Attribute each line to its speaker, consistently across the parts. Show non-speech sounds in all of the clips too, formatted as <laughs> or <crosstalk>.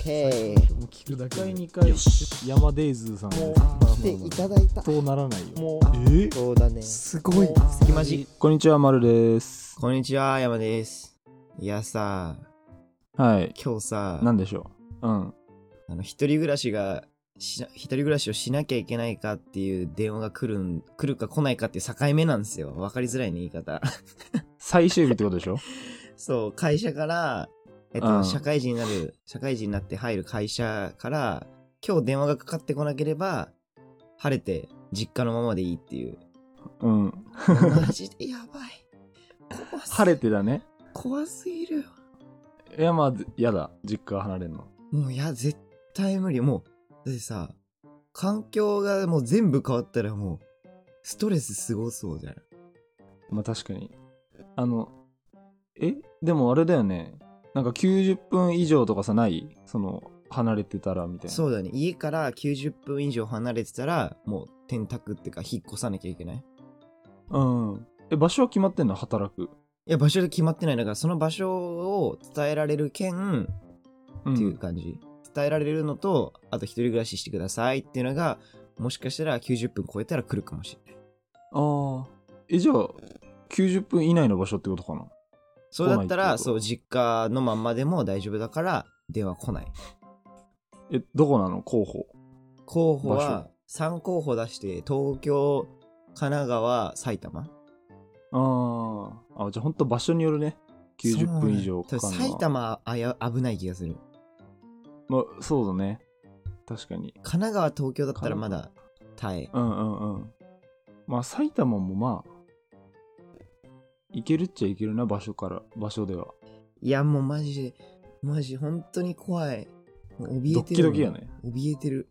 Speaker 1: も
Speaker 2: OK
Speaker 1: う聞くだ
Speaker 3: 1
Speaker 1: けで
Speaker 3: 回2回
Speaker 1: よし
Speaker 3: 山デイズさん
Speaker 2: もう来て
Speaker 3: 来
Speaker 2: いただいた
Speaker 3: そうならないよ
Speaker 2: もう
Speaker 1: えー
Speaker 2: そうだね
Speaker 1: すごい
Speaker 2: もう
Speaker 4: 隙間じ
Speaker 3: こんにちはまるです
Speaker 4: こんにちは、山です。いやさ、
Speaker 3: はい
Speaker 4: 今日さ、
Speaker 3: なんでしょううん
Speaker 4: あの、一人暮らしが、しな一人暮らしをしなきゃいけないかっていう電話が来るん、来るか来ないかっていう境目なんですよ。わかりづらいね、言い方。 <laughs>
Speaker 3: 最終日ってことでしょ
Speaker 4: そう、会社から、えっと、
Speaker 3: うん
Speaker 4: 社会人になる、社会人になって入る会社から、今日電話がかかってこなければ、晴れて実家のままでいいっていう。
Speaker 3: うん
Speaker 4: マジでやば
Speaker 3: <laughs>
Speaker 4: い。怖す
Speaker 3: 晴れてだね
Speaker 4: 怖すぎるよ。
Speaker 3: いやまあやだ実家離れんの
Speaker 4: もういや、絶対無理。もう、だってさ、環境がもう全部変わったらもう、ストレスすごそうじゃん。
Speaker 3: まあ確かにあのえでもあれだよねなんか90分以上とかさないその離れてたらみたいな
Speaker 4: そうだね。家から90分以上離れてたら、もう転宅っていうか引っ越さなきゃいけない。い
Speaker 3: うんえ場所は決まってんの働く
Speaker 4: や、場所で決まってない。だからその場所を伝えられる件
Speaker 3: うん
Speaker 4: っていう感じ。伝えられるのと、あと一人暮らししてくださいっていうのが、もしかしたら90分超えたら来るかもしれない。
Speaker 3: ああえじゃあ90分以内の場所ってことかな
Speaker 4: そうだった
Speaker 3: 来ない
Speaker 4: ら、
Speaker 3: ってこと
Speaker 4: そう、実家のまんまでも大丈夫だから、電話来ない。
Speaker 3: えどこなの候補
Speaker 4: 候補
Speaker 3: 場
Speaker 4: は3候補出して東京神奈川埼玉
Speaker 3: あーあ、じゃあ本当場所によるね。90分以上
Speaker 4: そ
Speaker 3: か
Speaker 4: う
Speaker 3: か
Speaker 4: ね
Speaker 3: るのは
Speaker 4: 埼。玉あや危ない気がする
Speaker 3: まあ、そうだね。確かに。
Speaker 4: 神奈川東京だったらまだ耐え
Speaker 3: うんうんうん。まあ埼玉もまあ、行けるっちゃいけるな、場所から、場所では。
Speaker 4: いやもうマジでマジ本当に怖いもう怯
Speaker 3: ド
Speaker 4: え
Speaker 3: ッ
Speaker 4: て
Speaker 3: キ
Speaker 4: る
Speaker 3: ドキやね。
Speaker 4: 怯えてる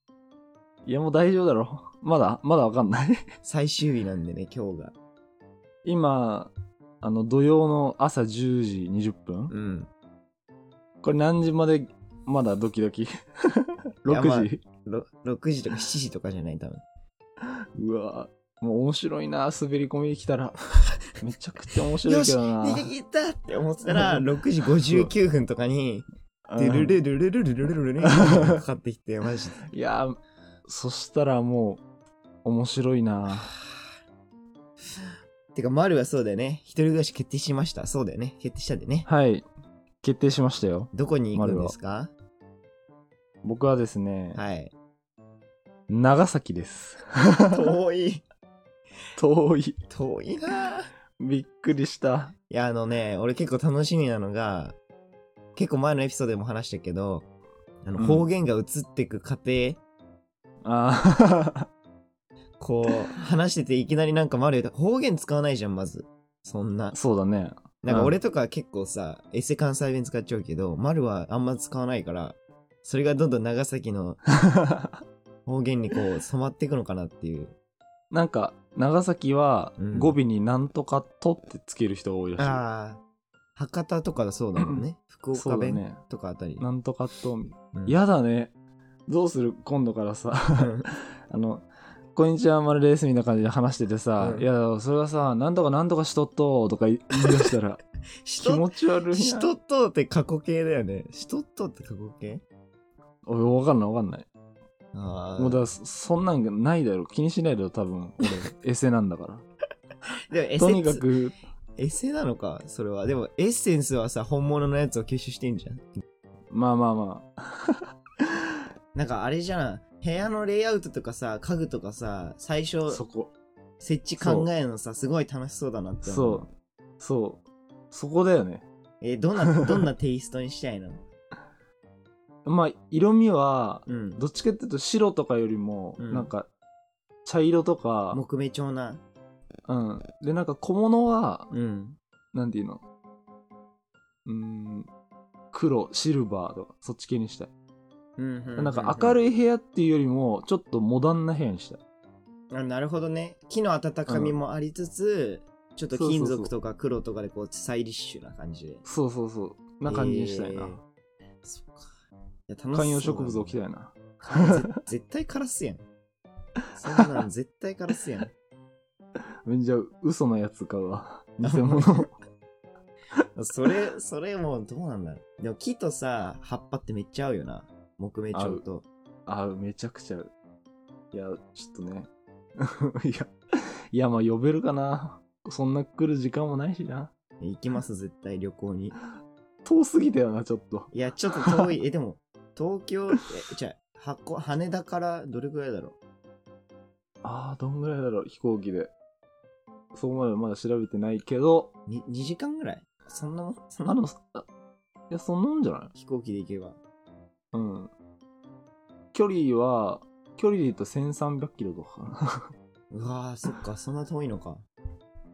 Speaker 3: いやもう大丈夫だろ。 <laughs> まだ、まだわかんない。 <laughs>
Speaker 4: 最終日なんでね今日が
Speaker 3: 今、あの、土曜の朝10時20分。
Speaker 4: うん
Speaker 3: これ何時まで、まだドキドキ。
Speaker 4: やまあ
Speaker 3: 6時。
Speaker 4: ろ6時とか7時とかじゃない多分
Speaker 3: うわもう面白いな、滑り込み来たら。 <laughs> めちゃくちゃ面白
Speaker 4: よ
Speaker 3: いけ
Speaker 4: し
Speaker 3: どな。
Speaker 4: 逃げ切ったって思ってたら6時59分とかに
Speaker 3: うん
Speaker 4: でルルルルルルルルルルかかってきてマジで
Speaker 3: いやーそしたらもう面白いな
Speaker 4: てか、丸はそうだよね。一人暮らし決定しました。そうだよね。決定したんでね。
Speaker 3: はい決定しましたよ
Speaker 4: どこに行くんですか
Speaker 3: 僕はですね、
Speaker 4: はい。
Speaker 3: 長崎です
Speaker 4: 遠い。
Speaker 3: 遠い
Speaker 4: <laughs> 遠いなぁい
Speaker 3: びっくりした
Speaker 4: や、あのね、俺結構楽しみなのが、結構前のエピソードでも話したけど、あ
Speaker 3: う
Speaker 4: の
Speaker 3: ん
Speaker 4: 方言が移ってく過程、
Speaker 3: あ
Speaker 4: こう、話してていきなりなんか丸言うと、方言使わないじゃん、まず。そんな
Speaker 3: ー。 <laughs> そうだね
Speaker 4: なんか俺とか結構さ、エセ関西弁使っちゃうけど、丸はあんま使わないから、それがどんどん長崎
Speaker 3: <laughs>
Speaker 4: の方言にこう染まっていくのかなっていう。
Speaker 3: なんか長崎は
Speaker 4: うん
Speaker 3: 語尾になんとか「と」ってつける人が多いらしい、
Speaker 4: ああ、博多とかだそうだもんね。福
Speaker 3: そ
Speaker 4: 岡
Speaker 3: うだ
Speaker 4: 弁
Speaker 3: ね
Speaker 4: とかあたり。
Speaker 3: なんとか「と」
Speaker 4: うん
Speaker 3: やだねどうする今度か
Speaker 4: <laughs>
Speaker 3: らさ
Speaker 4: うん
Speaker 3: あの「こんにちはまるです」みたいな感じで話しててさ「
Speaker 4: うん
Speaker 3: いやそれはさなんとかなんとかしとっと」とか言い出し
Speaker 4: <laughs>
Speaker 3: たら
Speaker 4: し
Speaker 3: 気
Speaker 4: と
Speaker 3: 持ち悪い
Speaker 4: し
Speaker 3: な。
Speaker 4: とっとって過去形だよね。しとっとって過去形
Speaker 3: おいわかんないわかんない。
Speaker 4: ああ。
Speaker 3: もうだからそそんなんがないだろ。気にしないだろ、多分。俺、エセなんだから。
Speaker 4: でも <laughs> エセ
Speaker 3: とにかく、
Speaker 4: エセなのか、それは。でもエッセンスはさ、本物のやつを吸収してんじゃん。
Speaker 3: まあまあまあ。
Speaker 4: なんかあれじゃん。部屋のレイアウトとかさ、家具とかさ、最初
Speaker 3: そこ。
Speaker 4: 設置考えるのさ、すごい楽しそうだなって思う。
Speaker 3: そう。そう。そこだよね。
Speaker 4: えーどん
Speaker 3: <laughs>
Speaker 4: な、どんなテイストにしたいの
Speaker 3: まあ、色味は、
Speaker 4: うん。
Speaker 3: どっちかっていうと白とかよりも、
Speaker 4: うん
Speaker 3: なんか、茶色とか、
Speaker 4: 木目調な。
Speaker 3: うん。で、なんか小物は、
Speaker 4: うん。
Speaker 3: なんていうのうーん、黒、シルバーとか、そっち系にしたい。
Speaker 4: うんう
Speaker 3: なんか明
Speaker 4: い
Speaker 3: るい部屋っていうよりも、ちょっとモダンな部屋にしたい。
Speaker 4: あなるほどね木の温かみもありつつ、ちょっと金
Speaker 3: そうそう
Speaker 4: 属
Speaker 3: そ
Speaker 4: とか黒とかでこうスタイリッシュな感じで
Speaker 3: そうそうそう。な感じにしたいな。
Speaker 4: えーそっかいや楽しそうだな
Speaker 3: 観葉植物置き
Speaker 4: <laughs>
Speaker 3: たいな。
Speaker 4: 絶絶対カラスやんそんなん絶対カラスやん
Speaker 3: じゃあ、嘘のやつ買う
Speaker 4: <laughs>
Speaker 3: わ。偽物。
Speaker 4: それそれもうどうなんだろうでも木とさ葉っぱってめっちゃ合うよな木目調と。
Speaker 3: あめちゃくちゃいやちょっとね <laughs> いやいやまあ呼べるかなそんな来る時間もないしな
Speaker 4: 行きます、絶対旅行に。
Speaker 3: 遠すぎたよなちょっと
Speaker 4: いや、ちょっと遠い。え、でも、東京、え、じゃあ箱、羽田からどれくらいだろ
Speaker 3: ああどんぐらいだろう飛行機でそこまでまだ調べてないけど
Speaker 4: うに ?2 時間ぐらいそんなもんそんな
Speaker 3: あ
Speaker 4: もん
Speaker 3: のあいやそんなんじゃない
Speaker 4: 飛行機で行けば。
Speaker 3: うん距離は距離で言うと1300キロとかか <laughs> な
Speaker 4: うわー、そっか、そんな遠いのか。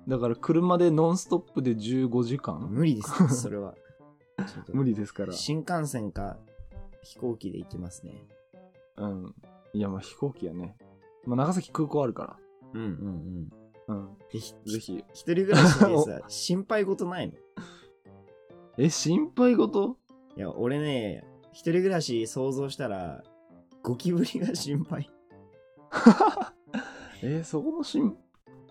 Speaker 3: だから車でノンストップで15時間
Speaker 4: 無理 <laughs> です、それは。ちょっと
Speaker 3: 無理ですから。
Speaker 4: 新幹線か飛行機で行きますね。
Speaker 3: うん。いや、まあ飛行機やね。まあ長崎空港あるか
Speaker 4: うんうんうん。
Speaker 3: ら。うん。
Speaker 4: えひ
Speaker 3: ぜひ。
Speaker 4: 一人暮らし <laughs> でさ、心配事ないの
Speaker 3: え、心配事
Speaker 4: いや、俺ね、一人暮らし想像したら、ゴキブリが心 <laughs> 配。
Speaker 3: えそこの心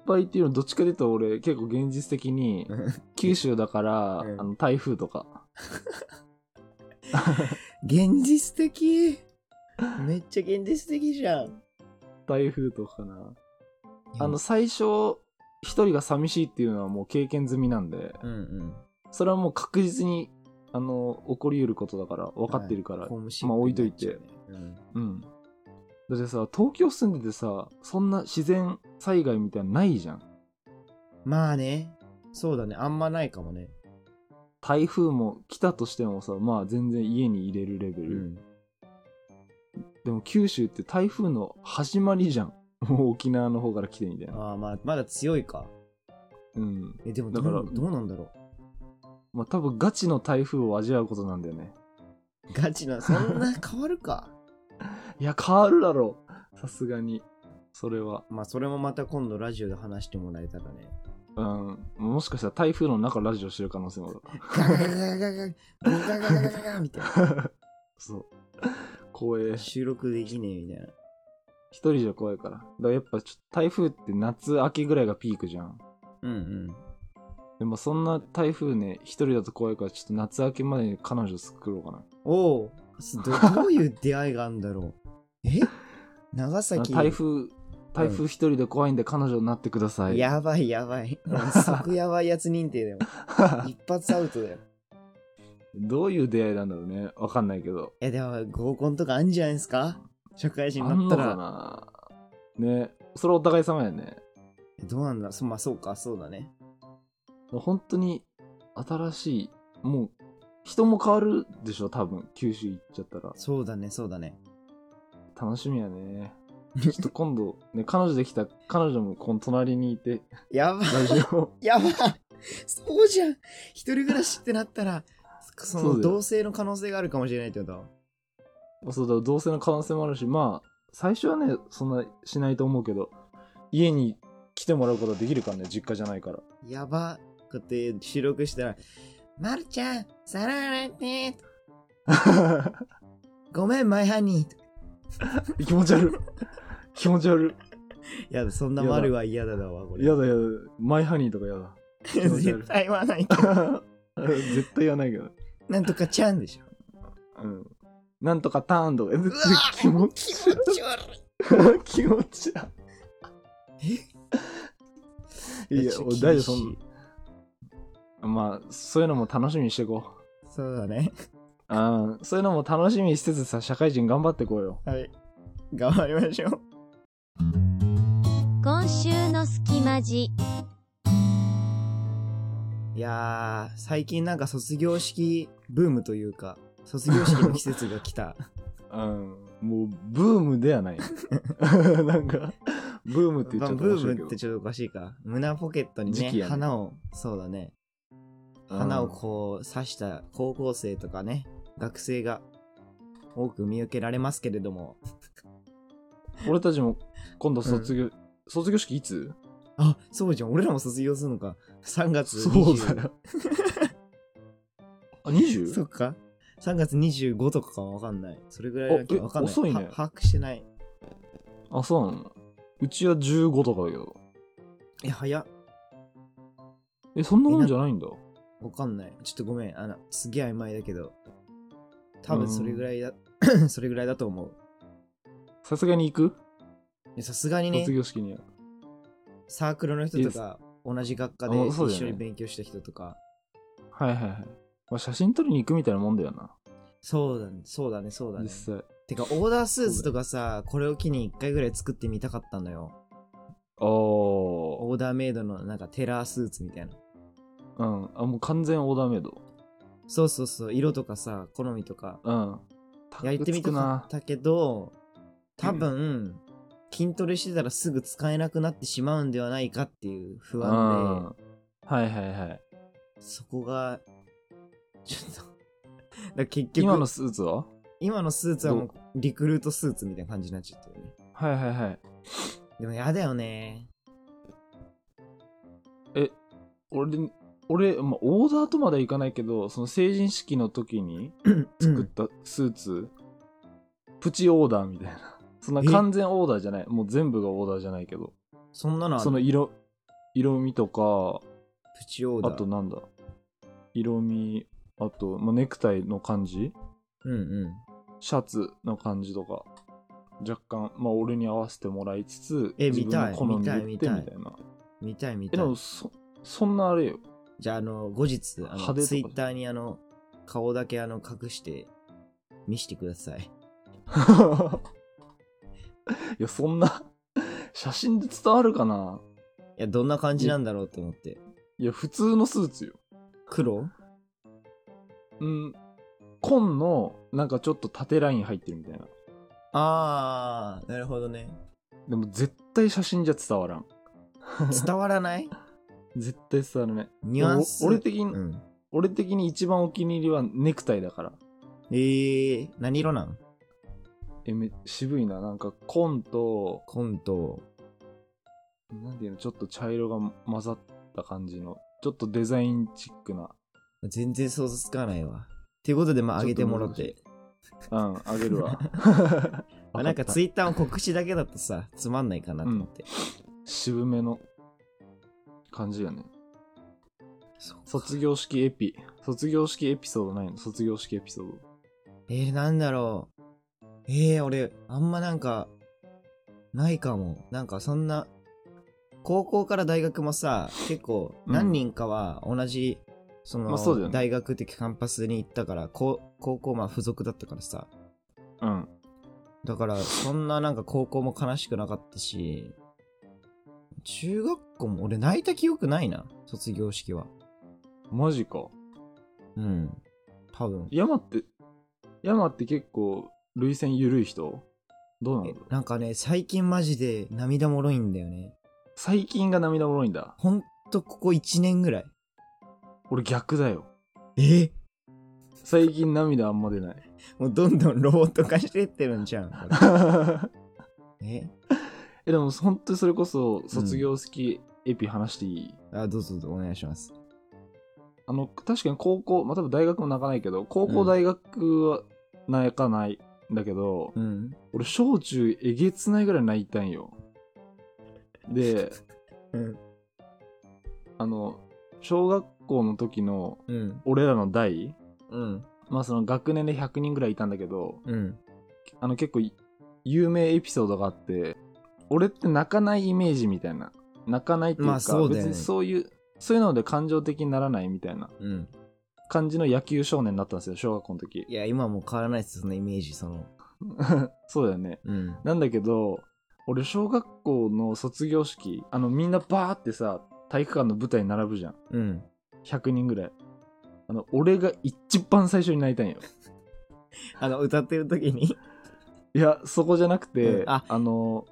Speaker 3: 配っていうのどっちかで言うと俺結構現実的に九州だから、
Speaker 4: うん
Speaker 3: あの台風とか。
Speaker 4: 現実的めっちゃ現実的じゃん。
Speaker 3: 台風とかかな。あの
Speaker 4: い
Speaker 3: 最初一人が寂しいっていうのはもう経験済みなんで、
Speaker 4: や、うんうん。
Speaker 3: それはもう確実にあの起こり得ることだから分かってるから、
Speaker 4: ホームシック
Speaker 3: まあ置いといて
Speaker 4: になっちゃうね
Speaker 3: うん。だってさ、東京住んでてさ、そんな自然災害みたいなのないじゃん。
Speaker 4: うんまあね、そうだね、あんまないかもね。
Speaker 3: 台風も来たとしてもさ、まあ全然家に入れるレベ
Speaker 4: う
Speaker 3: ル。。でも九州って台風の始まりじゃん。もう沖縄の方から来てみたいな。
Speaker 4: ああ、まあ、まだ強いか。
Speaker 3: うん。
Speaker 4: え、でも
Speaker 3: だ
Speaker 4: ど
Speaker 3: から
Speaker 4: う、どうなんだろ
Speaker 3: まあ多分ガチの台風を味わうことなんだよね。
Speaker 4: う。ガチな、そんな変わるか。
Speaker 3: いや、変わるだろう。さすがに。それは。
Speaker 4: まあ、それもまた今度ラジオで話してもらえたらね。
Speaker 3: うん。もしかしたら台風の中ラジオしてる可能性もある。
Speaker 4: ガガガガガガガガガガガガガみたい
Speaker 3: そう。光栄
Speaker 4: な。。収録できねえみたいな。
Speaker 3: 一人じゃ怖いから。だからやっぱちょっと台風って夏明けぐらいがピークじゃん。
Speaker 4: うんうん。
Speaker 3: でもそんな台風ね、一人だと怖いから、ちょっと夏明けまでに彼女作ろうかな。
Speaker 4: おおど、どういう出会いがあるんだろう。え長崎
Speaker 3: 台風、台風一人で怖いんで彼女になってください。
Speaker 4: やばいやばい。即やばいやつ認定だよ。一発アウトだよ。
Speaker 3: <laughs> どういう出会いなんだろうね。わかんないけど。
Speaker 4: え、でも合コンとかあんじゃないですか社会人に
Speaker 3: あ
Speaker 4: なんっ
Speaker 3: の
Speaker 4: た。
Speaker 3: からな。ね。それお互い様やね。
Speaker 4: どうなんだそまあそうか、そうだね。
Speaker 3: 本当に新しい、もう人も変わるでしょ、多分。九州行っちゃったら。
Speaker 4: そうだね、そうだね。
Speaker 3: 楽しみやね。ちょっと今度、ね、彼女できた彼女もこの隣にいて、
Speaker 4: やばい。 <laughs>
Speaker 3: ラジオ。
Speaker 4: やばい。そうじゃん。一人暮らしってなったら、そ
Speaker 3: そうだ
Speaker 4: の
Speaker 3: よ
Speaker 4: 同性の可能性があるかもしれないってこと
Speaker 3: まあそうだ同性の可能性もあるしまあ最初はねそんなしないと思うけど家に来てもらうことはできるからね実家じゃないから
Speaker 4: やば。こうやって収録したら、まるちゃん、皿洗って。ごめん、マイハニー。
Speaker 3: 気持ち悪い気持ち悪
Speaker 4: やだ、そんな丸は嫌だだわ、こ
Speaker 3: い
Speaker 4: れ。
Speaker 3: やだやだマイハニーとかやだ <laughs>
Speaker 4: <laughs> 絶対言わない。
Speaker 3: 絶対言わないけど
Speaker 4: なんとかちゃんでしょ。
Speaker 3: うんなんとかターンとか
Speaker 4: う
Speaker 3: <laughs> 気持ち
Speaker 4: 気持ち悪
Speaker 3: 悪い <laughs> 気持ち悪い
Speaker 4: い。
Speaker 3: <laughs> いや
Speaker 4: ちょっと
Speaker 3: 俺
Speaker 4: 厳し
Speaker 3: 大丈夫そんまあそういうのも楽しみにしていこう
Speaker 4: そうだね。
Speaker 3: あーそういうのも楽しみにしつつさ社会人頑張ってこうよ
Speaker 4: はい。頑張りましょう。
Speaker 2: 今週の隙間時
Speaker 4: いやー、最近なんか卒業式ブームというか、卒業式の季節が来た。
Speaker 3: うん、もうブームではない。 <laughs> なんか、ブーム <laughs> って言
Speaker 4: ま
Speaker 3: っ
Speaker 4: あ
Speaker 3: ちゃった
Speaker 4: ブ
Speaker 3: 面白
Speaker 4: ー
Speaker 3: い
Speaker 4: ム
Speaker 3: け
Speaker 4: っ
Speaker 3: ど
Speaker 4: てちょっとおかしいか。胸ポケットに
Speaker 3: 時
Speaker 4: ね、
Speaker 3: 期やね
Speaker 4: 花を、そうだね。
Speaker 3: うん
Speaker 4: 花をこう刺した高校生とかね、学生が多く見受けられますけれども。
Speaker 3: 俺たちも今度卒業、卒業式いつ
Speaker 4: あ、そうじゃん。俺らも卒業するのか。3月
Speaker 3: そう
Speaker 4: 20
Speaker 3: だよ。あ、20?
Speaker 4: そっか。3月25とかかわかんない。それぐらいだけ
Speaker 3: あえ
Speaker 4: どわかんない。
Speaker 3: 遅いね
Speaker 4: は把握してない。
Speaker 3: あ、そうなのうちは15とかだけど。
Speaker 4: え、早っ。
Speaker 3: え、そんなもんじゃないんだ。
Speaker 4: わかんない。ちょっとごめん。あの、すげえ曖昧だけど。多分それぐらいだ。 <coughs> それぐらいだと思う
Speaker 3: さすがに行く
Speaker 4: でさすがにね
Speaker 3: 卒業式には。
Speaker 4: サークルの人とか同じ学科で
Speaker 3: あそうだよね
Speaker 4: 一緒に勉強した人とか
Speaker 3: はいはいはい。まあ、写真撮りに行くみたいなもんだよな。
Speaker 4: そうだねそうだねそうだね
Speaker 3: 実際。
Speaker 4: てかオーダースーツとかさこれを機に1回ぐらい作ってみたかったのよ
Speaker 3: おー。
Speaker 4: オーダーメイドのなんかテラースーツみたいな
Speaker 3: うん。あ、もう完全オーダーメイド。
Speaker 4: そうそうそう色とかさ好みとか
Speaker 3: うん。
Speaker 4: やってみたか
Speaker 3: な
Speaker 4: っ。たけど多分、筋トレしてたらすぐ使えなくなってしまうんではないかっていう
Speaker 3: うん。
Speaker 4: 不安
Speaker 3: はいはいはい。
Speaker 4: でそこがちょっと <laughs> だから結局
Speaker 3: 今のスーツは
Speaker 4: 今のスーツはもうリクルートスーツみたいな感じになっちゃってるね
Speaker 3: はいはいはい。
Speaker 4: でもやだよね
Speaker 3: 俺、俺、まあ、オーダーとまではいかないけど、その成人式の時に作ったスーツ、プチオーダーみたいな。 <laughs> そんな
Speaker 4: え
Speaker 3: 完全オーダーじゃない。もう全部がオーダーじゃないけど。
Speaker 4: そんなのある
Speaker 3: その色、色味とか、
Speaker 4: プチオーダ
Speaker 3: あ
Speaker 4: ー
Speaker 3: となんだ色味あと、まあ、ネクタイの感じ
Speaker 4: うんうん
Speaker 3: シャツの感じとか若干、まあ、俺に合わせてもらいつつ
Speaker 4: え
Speaker 3: 自分の好みで
Speaker 4: 見
Speaker 3: 見
Speaker 4: た
Speaker 3: て
Speaker 4: い見たい
Speaker 3: みたいな
Speaker 4: 見たい見
Speaker 3: え
Speaker 4: た
Speaker 3: で
Speaker 4: い
Speaker 3: もそそんなあれよ
Speaker 4: じゃああの後日あ
Speaker 3: 派手と
Speaker 4: の
Speaker 3: か
Speaker 4: ツイッターにあの顔だけあの隠して見してくださ
Speaker 3: <laughs>
Speaker 4: い
Speaker 3: いやそんな <laughs> 写真で伝わるかない
Speaker 4: やどんな感じなんだろうと思って
Speaker 3: いや普通のスーツよ
Speaker 4: 黒
Speaker 3: うん紺のなんかちょっと縦ライン入ってるみたいな
Speaker 4: あーなるほど <laughs> ね
Speaker 3: でも絶対写真じゃ伝わらん
Speaker 4: 伝わらない
Speaker 3: 絶対伝わらない
Speaker 4: ニュアンス
Speaker 3: でも俺的に、
Speaker 4: うん
Speaker 3: 俺的に一番お気に入りはネクタイだから
Speaker 4: えー、何色なん
Speaker 3: えめ渋いななんか紺と
Speaker 4: コント
Speaker 3: なんていうのちょっと茶色が混ざった感じのちょっとデザインチックな
Speaker 4: 全然想像つかないわっていうことでまあ上げてもろ
Speaker 3: ちょってうんあげるわ
Speaker 4: <laughs> まあなんかツ
Speaker 3: い
Speaker 4: イッターの告知だけだとさつまんないかなと思って、
Speaker 3: 渋めの感じよね
Speaker 4: そうか
Speaker 3: 卒業式エピ卒業式エピソードないの卒業式エピソード
Speaker 4: えー、なんだろう。えー、俺、あんまなんか、ないかも。なんかそんな、高校から大学もさ、結構
Speaker 3: うん
Speaker 4: 何人かは同じ、その、
Speaker 3: まあそうだよね
Speaker 4: 大学的カンパスに行ったから、高高校まあ付属だったからさ。
Speaker 3: うん
Speaker 4: だから、そんななんか高校も悲しくなかったし、中学校も俺泣いた記憶ないな、卒業式は。
Speaker 3: マジか
Speaker 4: うん。多分。
Speaker 3: 山って山って結構涙腺緩い人どうなん
Speaker 4: え
Speaker 3: だろう
Speaker 4: なんかね、最近マジで涙もろいんだよね。
Speaker 3: 最近が涙もろいんだ
Speaker 4: ほんとここ1年ぐらい。
Speaker 3: 俺逆だよ
Speaker 4: え
Speaker 3: 最近涙あんま出ない
Speaker 4: もうどんどんロボット化してってるんじゃん。こ
Speaker 3: <laughs>
Speaker 4: れえ
Speaker 3: えでも本当にそれこそ卒業式エピ話していい、
Speaker 4: あ、どうぞどうぞお願いします。
Speaker 3: あの確かに高校まあ多分大学も泣かないけど高
Speaker 4: う
Speaker 3: 校
Speaker 4: ん
Speaker 3: 大学は泣かないんだけど、
Speaker 4: うん。
Speaker 3: 俺小中えげつないぐらい泣いたんよ
Speaker 4: <laughs>
Speaker 3: で
Speaker 4: うん。
Speaker 3: あの小学校の時の
Speaker 4: うん。
Speaker 3: 俺らの代
Speaker 4: うん。
Speaker 3: まあその学年で100人ぐらいいたんだけど
Speaker 4: うん。
Speaker 3: あの結構有名エピソードがあって俺って泣かないイメージみたいな泣かないっていうか、
Speaker 4: まあそうだよね
Speaker 3: 別にそういうそういうので感情的にならないみたいな
Speaker 4: うん。
Speaker 3: 感じの野球少年だったんですよ小学校の時 <laughs>
Speaker 4: いや、今もう変わらないです、そのイメージ、その。
Speaker 3: そうだよね
Speaker 4: うん。
Speaker 3: なんだけど俺小学校の卒業式あのみんなバーってさ体育館の舞台に並ぶじゃん
Speaker 4: うん。
Speaker 3: 100人ぐらいあの俺が一番最初に泣いたんよ
Speaker 4: あの、歌ってる
Speaker 3: <laughs>
Speaker 4: 時に、
Speaker 3: いやそこじゃなくて、
Speaker 4: うんあ
Speaker 3: あの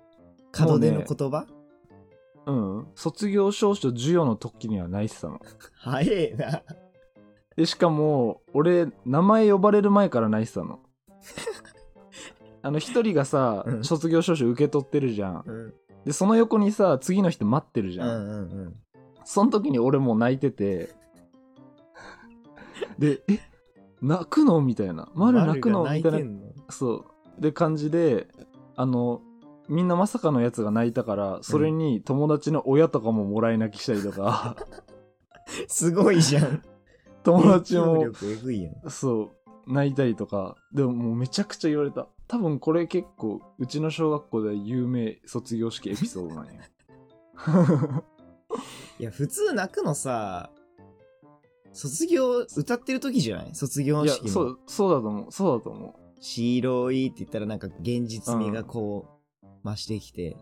Speaker 4: 門出の言葉、 <laughs>
Speaker 3: うん卒業証書授与の時には泣いてたの
Speaker 4: 早えな。
Speaker 3: でしかも俺名前呼ばれる前から泣いてた
Speaker 4: <laughs>
Speaker 3: のあの一人がさ、
Speaker 4: うん
Speaker 3: 卒業証書受け取ってるじゃん
Speaker 4: うん。
Speaker 3: でその横にさ次の人待ってるじ
Speaker 4: う
Speaker 3: ゃん、
Speaker 4: んうんうん。
Speaker 3: その時に俺もう泣いててでえ泣くのみたいな「丸泣くの?」
Speaker 4: 丸
Speaker 3: み
Speaker 4: が
Speaker 3: た
Speaker 4: 泣
Speaker 3: い
Speaker 4: て
Speaker 3: なん
Speaker 4: の
Speaker 3: そうで感じであのみんなまさかのやつが泣いたからそれに友達の親とかももらい泣きしたりとか、 <laughs>
Speaker 4: すごいじゃん。
Speaker 3: 友達
Speaker 4: 影響
Speaker 3: <laughs> も
Speaker 4: 力えぐいやん。
Speaker 3: そう泣いたりとかでももうめちゃくちゃ言われた多分これ結構うちの小学校では有名卒業式エピソードなんや
Speaker 4: <laughs> いや、普通泣くのさ、卒業、歌ってる時じゃない卒業
Speaker 3: いや
Speaker 4: 式
Speaker 3: そ
Speaker 4: の。
Speaker 3: うそうだと思うそうだと思
Speaker 4: 白いって言ったらなんか現実味がこう、増してきて。
Speaker 3: う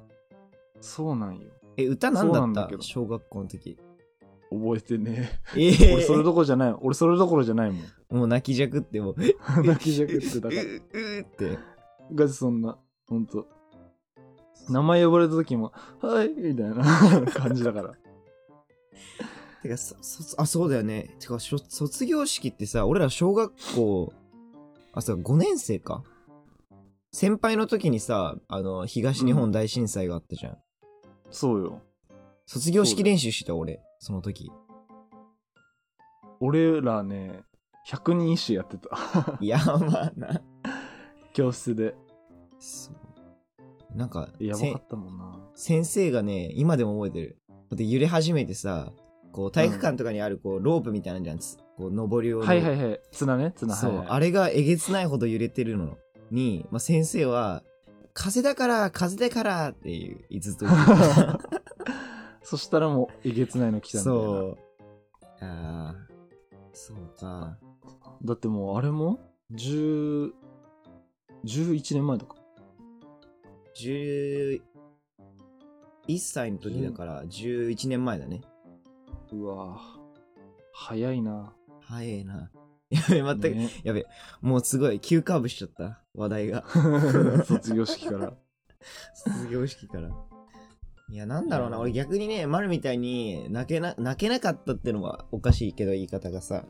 Speaker 3: そうなんよ
Speaker 4: え、歌なん
Speaker 3: そう
Speaker 4: だ
Speaker 3: な
Speaker 4: っ
Speaker 3: んだ
Speaker 4: た
Speaker 3: けど
Speaker 4: 小学校の時。
Speaker 3: <laughs> 覚えてね
Speaker 4: ええ
Speaker 3: え俺それどころじゃ <laughs> ない俺それどころじゃないもん
Speaker 4: もう泣きじゃくって
Speaker 3: <laughs>
Speaker 4: もう、
Speaker 3: 泣きじゃくってだから
Speaker 4: うううって。
Speaker 3: <laughs> ガチそんなほんと名前呼ばれた時も「はい」みたいな <laughs> 感じだから
Speaker 4: てか、そ、そ、あ、そうだよね。てか、しょ卒業式ってさ、俺ら小学校、あ、そう、5年生か。先輩の時にさ、あの、東日本大震災があったじゃん。
Speaker 3: そうよ
Speaker 4: 卒業
Speaker 3: そ
Speaker 4: 式
Speaker 3: うだよ
Speaker 4: 練習してた俺、その
Speaker 3: <laughs>
Speaker 4: 時。
Speaker 3: 俺らね100人一首やってた
Speaker 4: やばな。
Speaker 3: 教室で
Speaker 4: そう。なんか、
Speaker 3: やば
Speaker 4: せ
Speaker 3: かったもんな
Speaker 4: 先生がね、今でも覚えてる。で揺れ始めてさ、こう、体育館とかにある、こう、ロープみたいなんじゃん。つこう、登りを。
Speaker 3: はいはいはい綱ね綱
Speaker 4: そう、
Speaker 3: はいはい
Speaker 4: あれがえげつないほど揺れてるのに、まあ、先生は、風だから、風だからっていう、ずっと言って
Speaker 3: そしたらもうえげつない <laughs> の来
Speaker 4: た。
Speaker 3: たんだよ
Speaker 4: そう。ああ、そうか。
Speaker 3: なだってもうあれも10 11年前とか
Speaker 4: 11歳の時だから、11年前だね。
Speaker 3: うわぁ早いな
Speaker 4: 早いな。やべ、全く、
Speaker 3: ね
Speaker 4: やべ、もうすごい、急カーブしちゃった、話題が。 <laughs>
Speaker 3: 卒業式から
Speaker 4: 卒業式から。いや、なんだろうな、俺逆にね、丸みたいに泣けな、泣けなかったってのはおかしいけど、言い方がさ。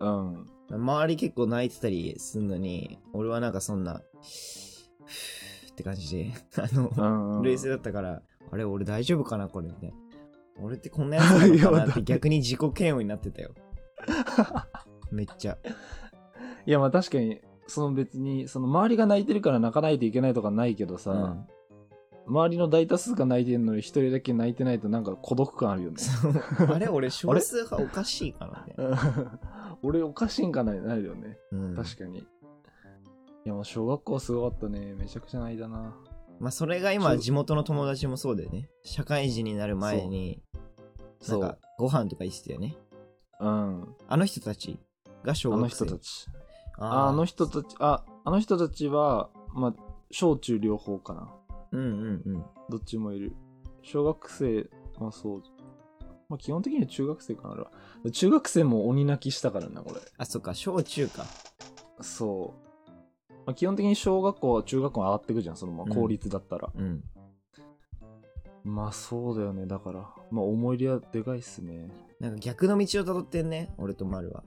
Speaker 3: うん
Speaker 4: 周り結構泣いてたりすんのに、俺はなんかそんな、って感じで、あ
Speaker 3: う
Speaker 4: の、
Speaker 3: んうん
Speaker 4: 冷静だったから、あれ、俺大丈夫かな、これ、みたいな。俺ってこんなやつなのかなって逆に自己嫌悪になってた <laughs> よ。めっちゃ。
Speaker 3: いやまあ確かにその別にその周りが泣いてるから泣かないといけないとかないけどさ、
Speaker 4: うん
Speaker 3: 周りの大多数が泣いてるのに一人だけ泣いてないとなんか孤独感あるよね
Speaker 4: そうあれ、俺少数派おかしいかな、みたいな。
Speaker 3: <laughs> 俺おかしいんかななるよね、
Speaker 4: うん
Speaker 3: 確かにいやもう小学校すごかったねめちゃくちゃ泣いたな
Speaker 4: まあ、それが
Speaker 3: そ
Speaker 4: 今、
Speaker 3: う
Speaker 4: 地元の友達もそうだよね。社会人になる前に、なんか、ご飯とか言ってたよね。
Speaker 3: うん
Speaker 4: あの人たちが小
Speaker 3: あ
Speaker 4: 学生。
Speaker 3: の人たち
Speaker 4: あー
Speaker 3: ああの人たちああの人たちはまあ小中両方かな
Speaker 4: うんうんうん。
Speaker 3: どっちもいる小学生まあそうまあ基本的には中学生かなあれは中学生も鬼泣きしたからなこれ
Speaker 4: あ、そっか、小中か。
Speaker 3: そう、まあ、基本的に小学校中学校上がってくじゃんそのま
Speaker 4: うん
Speaker 3: ま公立だったら、
Speaker 4: うん。
Speaker 3: まあそうだよねだからまあ思い入れはでかいっすね
Speaker 4: なんか逆の道をたどってんね、俺と丸は。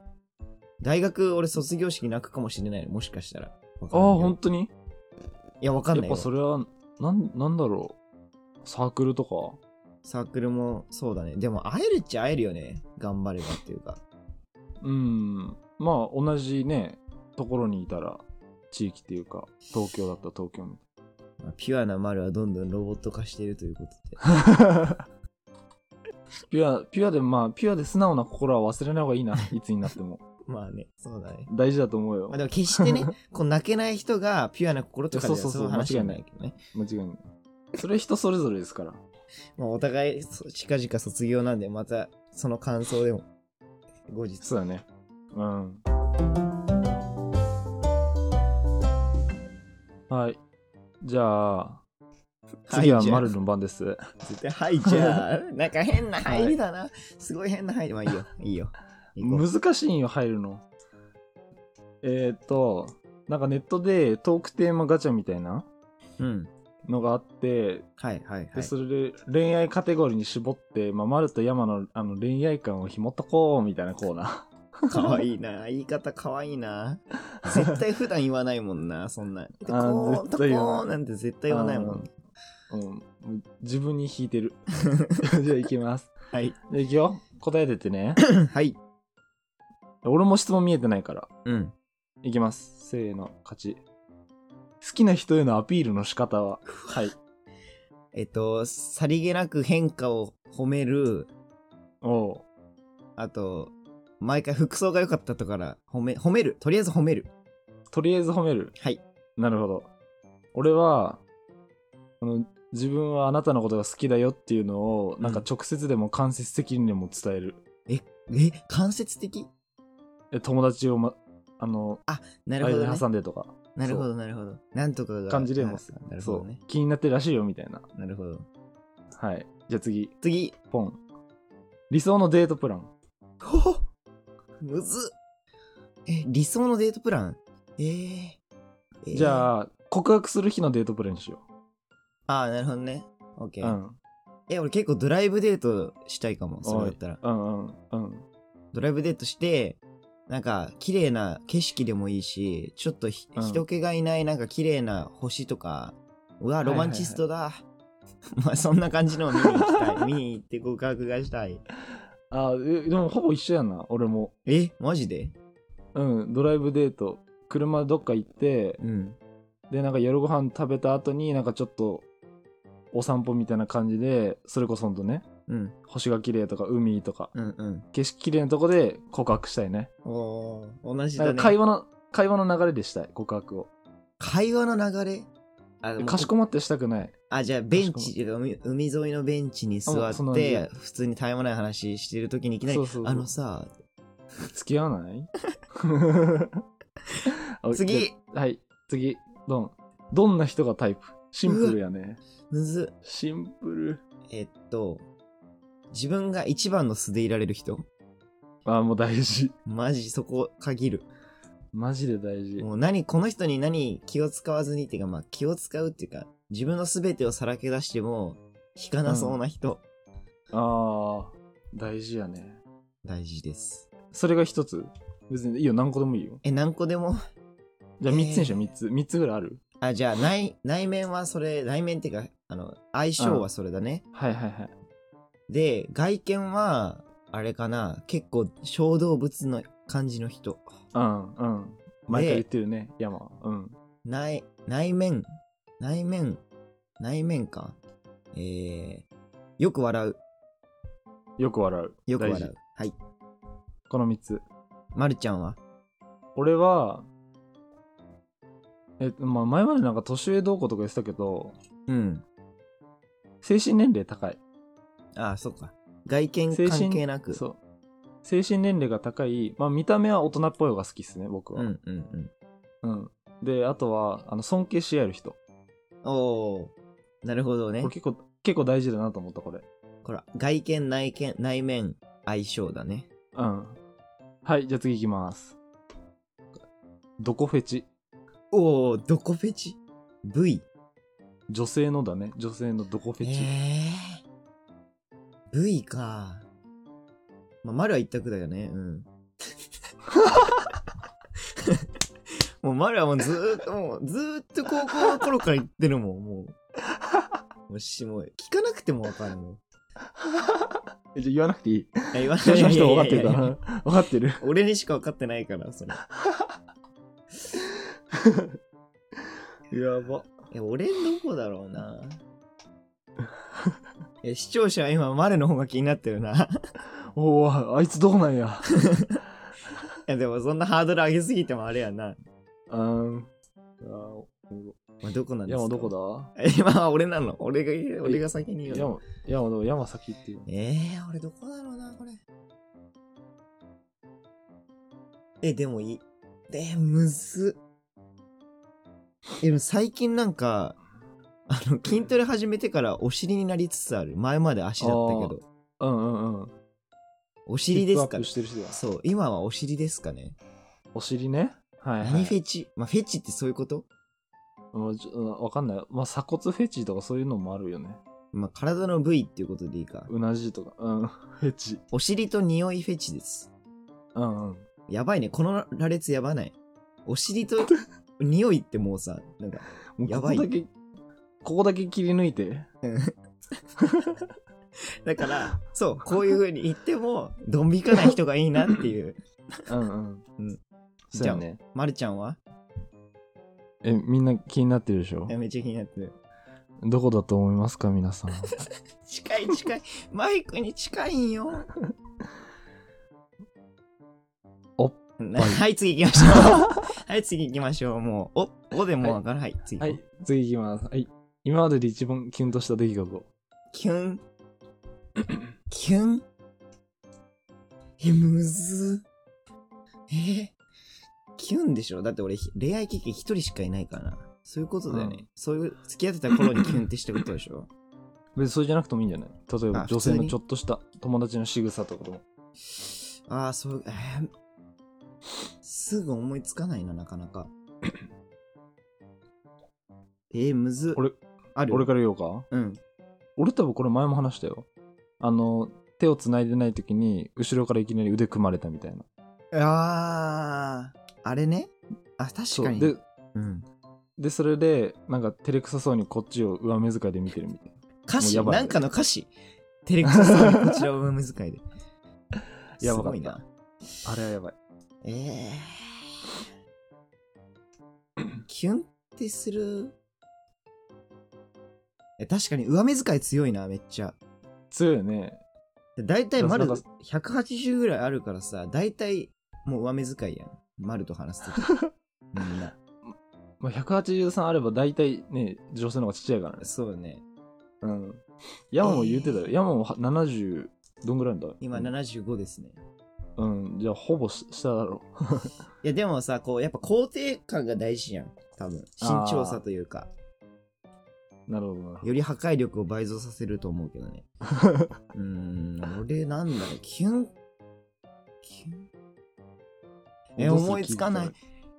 Speaker 4: 大学、俺卒業式泣くかもしれない、もしかしたら。わ
Speaker 3: あ
Speaker 4: か
Speaker 3: あ
Speaker 4: んないけど
Speaker 3: 本当に
Speaker 4: いや、わか
Speaker 3: や
Speaker 4: ん
Speaker 3: っ
Speaker 4: ないよ
Speaker 3: ぱ。それはなんなんだろうサークルとか
Speaker 4: サークルもそうだね。でも、会えるっちゃ会えるよね。頑張ればっていうか。
Speaker 3: うんまあ同じねところにいたら地域っていうか東京だったら東京み
Speaker 4: まあピュアな丸はどんどんロボット化しているということ
Speaker 3: <laughs>
Speaker 4: で。
Speaker 3: たいなピュアピュアでまあピュアで素直な心は忘れない方がい
Speaker 4: <laughs>
Speaker 3: いないつになっても
Speaker 4: まあね、そうだね。
Speaker 3: 大事だと思うよ
Speaker 4: まあでも決して
Speaker 3: <laughs>
Speaker 4: ね、こう泣けない人がピュアな心とかでは
Speaker 3: そうそうそう
Speaker 4: い話じゃない
Speaker 3: 間違
Speaker 4: けどね。
Speaker 3: 間違いないそれは人それぞれですから
Speaker 4: まあお互いそ近々卒業なんで、またその感想でも後日。
Speaker 3: そうだね。うん。はい。じゃあ、次はい
Speaker 4: じゃあ
Speaker 3: マルの番です。
Speaker 4: 絶対はいじ
Speaker 3: <laughs>
Speaker 4: ゃあ。なんか変な入りだな。すごい変な入り。まあいいよ、いい
Speaker 3: <laughs>
Speaker 4: よ。行こう
Speaker 3: 難しいんよ、入るの。えっ、ー、と、なんかネットでトークテーマガチャみたいな
Speaker 4: うん。
Speaker 3: のがあって、
Speaker 4: はいはいは
Speaker 3: で
Speaker 4: い。
Speaker 3: それで恋愛カテゴリーに絞って、まあ、マルと山のあの恋愛観を紐解こうみたいなコーナ
Speaker 4: かわいいな。言い方かわいい
Speaker 3: <laughs>
Speaker 4: な。絶対普段言わないもんな、そんな。
Speaker 3: あー
Speaker 4: こう、
Speaker 3: 絶
Speaker 4: と
Speaker 3: 対言わない
Speaker 4: こうなんて絶対言わないもん。
Speaker 3: ー。 <laughs> うん、自分に引いてる。じゃあ、いきます。
Speaker 4: はい。
Speaker 3: じゃあ、いくよ。答え出てね。
Speaker 4: はい。
Speaker 3: 俺も質問見えてないから。
Speaker 4: うん。
Speaker 3: いきます。せーの、勝ち。好きな人へのアピールの仕方ははい。
Speaker 4: えっと、さりげなく変化を褒める、
Speaker 3: おう。
Speaker 4: あと、毎回服装が良かったとから褒め、褒める。とりあえず褒める。
Speaker 3: とりあえず褒める。
Speaker 4: はい。
Speaker 3: なるほど。俺は、あの、自分はあなたのことが好きだよっていうのを、なんか直接でも間接的にでも伝える。
Speaker 4: え、間接的
Speaker 3: え友達を、ま、あの、
Speaker 4: なるほど、
Speaker 3: 間
Speaker 4: ね
Speaker 3: に。挟んでとか、
Speaker 4: なるほど、なるほど。なんとかが。
Speaker 3: 感じでも
Speaker 4: あ、なるほ
Speaker 3: そ
Speaker 4: ど
Speaker 3: う
Speaker 4: ね。、
Speaker 3: 気になってるらしいよみたいな。
Speaker 4: なるほど。
Speaker 3: はい。じゃあ次、
Speaker 4: 次。
Speaker 3: ポン。理想のデートプラン。
Speaker 4: ほっむずっえ、理想のデートプランえー、え
Speaker 3: じ
Speaker 4: あ。
Speaker 3: ゃあ、告白する日のデートプランにしよ
Speaker 4: あーなるほどね。オッ
Speaker 3: う。
Speaker 4: ケ
Speaker 3: う
Speaker 4: ー。
Speaker 3: ん。
Speaker 4: え、俺結構ドライブデートしたいかも。それだったら。
Speaker 3: うんうんうん。
Speaker 4: ドライブデートして、なんか、綺麗な景色でもいいし、ちょっとひ、
Speaker 3: うん
Speaker 4: 人気がいない、なんか綺麗な星とか、うわ、
Speaker 3: いは
Speaker 4: ロ
Speaker 3: いはい
Speaker 4: マンチストだ。 <laughs> まあ、そんな感じのを見に行き
Speaker 3: <laughs>
Speaker 4: たい。見に行って告白がしたい。
Speaker 3: あーえでもほぼ一緒やな、俺も。
Speaker 4: え、マジで
Speaker 3: うん、ドライブデート。車どっか行って、
Speaker 4: うん。
Speaker 3: で、なんか夜ご飯食べた後になんかちょっとお散歩みたいな感じで、それこそほんとね、
Speaker 4: うん、
Speaker 3: 星が綺麗とか海とか、
Speaker 4: うん、うん。
Speaker 3: 景色綺麗なとこで告白したいね。
Speaker 4: おー、同じ
Speaker 3: な
Speaker 4: だ
Speaker 3: ん
Speaker 4: ね。
Speaker 3: か会話の、会話の流れでしたい、告白を。
Speaker 4: 会話の流れあもう
Speaker 3: かしこまってしたくない。
Speaker 4: あ、じゃあ、ベンチ、海海沿いのベンチに座
Speaker 3: あそ
Speaker 4: っ
Speaker 3: んな感じ
Speaker 4: て、普通に絶え間ない話してるときにいきなり、
Speaker 3: そうそうそう
Speaker 4: あのさ、
Speaker 3: 付き
Speaker 4: <laughs>
Speaker 3: 合わないあ
Speaker 4: 次
Speaker 3: じゃはい、次、ドン。どんな人がタイプシンプルやね。
Speaker 4: むずっ、
Speaker 3: シンプル。
Speaker 4: えっと、自分が一番の素でいられる人
Speaker 3: あー、もう大事。
Speaker 4: マジそこ限る。
Speaker 3: マジで大事。
Speaker 4: もう何、この人に何気を使わずにっていうか、まあ気を使うっていうか、自分の全てをさらけ出しても、引かなそうな人、
Speaker 3: ああ、大事やね。
Speaker 4: 大事です。
Speaker 3: それが一つ。別にいいよ、何個でもいいよ。
Speaker 4: え、何個でも
Speaker 3: じゃあ
Speaker 4: えー
Speaker 3: 3つにしよう、3つ。3つぐらいある
Speaker 4: あ、じゃあ内、内面はそれ、内面っていうか、あの、相性はそれだね。
Speaker 3: はいはいはい。
Speaker 4: で、外見は、あれかな、結構小動物の感じの人。
Speaker 3: うんうん。毎回言ってるね、山。うん。
Speaker 4: 内、内面、内面、内面か。えー、よく笑う。
Speaker 3: よく笑う。
Speaker 4: よく
Speaker 3: 大
Speaker 4: 笑
Speaker 3: 事
Speaker 4: う。はい。
Speaker 3: この3つ。
Speaker 4: まるちゃんは
Speaker 3: 俺は、えっと、まあ前までなんか年上同行とか言ってたけど、
Speaker 4: うん。
Speaker 3: 精神年齢高い。
Speaker 4: ああ、そっか。外見
Speaker 3: 精神
Speaker 4: 関係なく。
Speaker 3: そう。精神年齢が高い、まあ見た目は大人っぽい方が好きっすね、僕は。
Speaker 4: うんうんうん。
Speaker 3: うん。で、あとは、あの、尊敬し合える人。
Speaker 4: おー、なるほどね
Speaker 3: これ。結構、結構大事だなと思った、これ。
Speaker 4: ほら、外見、内見、内面、相性だね。
Speaker 3: うん。はい、じゃあ次行きます。どこフェチ
Speaker 4: おー、どこフェチ ?V。
Speaker 3: 女性のだね。女性のどこフェチ。
Speaker 4: えー、V か。まあ、丸は一択だよね。
Speaker 3: <laughs>
Speaker 4: うん。もう丸はもうずーっと、もうずーっと高校の頃から言ってるもん、もう。もし、もう聞かなくてもわかるもん。い
Speaker 3: えじゃあ言わなくていい。
Speaker 4: や言わ
Speaker 3: 女性の人は分かってるか
Speaker 4: いやいやいや
Speaker 3: ら。分かってる。
Speaker 4: 俺にしか分かってないから、それ。
Speaker 3: やば。
Speaker 4: え、俺どこだろうな。え、視聴者は今、丸の方が気になってるな。
Speaker 3: おお、あいつどうなんや。
Speaker 4: いや、でもそんなハードル上げすぎてもあれやな。
Speaker 3: うん。あーおも
Speaker 4: まあ、どこなん
Speaker 3: ろ
Speaker 4: ですか
Speaker 3: 山どこ
Speaker 4: え今は俺なの俺が俺が先に
Speaker 3: だ
Speaker 4: 言うの
Speaker 3: 山、山どこ山先っていう。
Speaker 4: えー、俺どこだろうなこれえでもいいえむずっえでも最近なんかあの筋トレ始めてからお尻になりつつある前まで足だったけど
Speaker 3: うんうんうん。
Speaker 4: お尻です
Speaker 3: ヒップア
Speaker 4: か
Speaker 3: ップしてる人だ。
Speaker 4: そう今はお尻ですかね、
Speaker 3: お尻ね。はい、はい。
Speaker 4: 何フェチまあフェチってそういうこと
Speaker 3: もうちょうんわかんない。まあ、鎖骨フェチとかそういうのもあるよね。
Speaker 4: まあ体の部位っていうことでいいか
Speaker 3: うなじとか。うん。フェチ。
Speaker 4: お尻と匂いフェチです
Speaker 3: うんうん。
Speaker 4: やばいね。この羅列やばない。お尻と匂いってもうさ、なんか、
Speaker 3: もう
Speaker 4: やばい
Speaker 3: ここだけ、ここだけ切り抜いて。
Speaker 4: だ <laughs> から、そう、こういう風に言っても、ドン引かない人がいいなっていう。 <laughs>
Speaker 3: うんう
Speaker 4: うん
Speaker 3: ん。そうやね。
Speaker 4: まるちゃんは
Speaker 3: え、みんな気になってるでしょ
Speaker 4: いやめっちゃ気になってる。
Speaker 3: どこだと思いますか、皆
Speaker 4: <laughs>
Speaker 3: さん。
Speaker 4: 近い近い。マイクに近いんよ。 <laughs> はい、次行きましょ <laughs> う。はい、次行きましょう。もう、お、おでもうわからんはい、次。
Speaker 3: はい、次いきます。はい。今までで一番キュンとした出来事。
Speaker 4: キュ
Speaker 3: <laughs>
Speaker 4: ン。キュン。え、むず。えキュンでしょだって俺、ひ恋愛経験一人しかいないからな。そういうことだよね。
Speaker 3: う
Speaker 4: そういう、付き合ってた頃にキュンってしたことでし
Speaker 3: <laughs>
Speaker 4: ょ
Speaker 3: 別にそれじゃなくてもいいんじゃない例えば
Speaker 4: あ
Speaker 3: 女性
Speaker 4: 普通
Speaker 3: の
Speaker 4: に
Speaker 3: ちょっとした友達の仕草とかでも。
Speaker 4: ああ、そう、えーすぐ思いつかないな、なかな
Speaker 3: <laughs>
Speaker 4: か。えー、むず。
Speaker 3: 俺、
Speaker 4: ある
Speaker 3: 俺から言おうか
Speaker 4: うん。
Speaker 3: 俺多分これ前も話したよ。あの、手を繋いでない時に後ろからいきなり腕組まれたみたいな。
Speaker 4: ああ、あれね。あ、確かに。
Speaker 3: そうで、
Speaker 4: うん、
Speaker 3: で、それで、なんか照れくさそうにこっちを上目遣いで見てるみたいな。
Speaker 4: 歌詞、
Speaker 3: もうやばい
Speaker 4: なんかの歌詞。照れくさそうにこちらを上目遣いで。
Speaker 3: <laughs>
Speaker 4: す
Speaker 3: やばかった
Speaker 4: ごいな。
Speaker 3: あれはやばい。
Speaker 4: ええキュンってする。え確かに上目遣い強いな、めっちゃ。
Speaker 3: 強いよね。
Speaker 4: だいたい丸
Speaker 3: なんか
Speaker 4: 180ぐらいあるからさ、だいたいもう上目遣いやん。丸と話すとき。
Speaker 3: <laughs>
Speaker 4: みんな。
Speaker 3: まあ、183あれば大体ね、女性の方がちっちゃいからね。
Speaker 4: そうね。
Speaker 3: うん。ヤモンも言うてたよ。ヤモンは70、どんぐらいなんだ
Speaker 4: 今75ですね。
Speaker 3: うん、じゃあほぼし下だろ
Speaker 4: いやでもさ、こう、やっぱ肯定感が大事やん。多分。慎重さというか。
Speaker 3: う。なるほどな。
Speaker 4: より破壊力を倍増させると思うけど
Speaker 3: <laughs>
Speaker 4: ね。うーん、俺なんだろう、キュン、キュン。え、
Speaker 3: どうする
Speaker 4: 思いつかない。。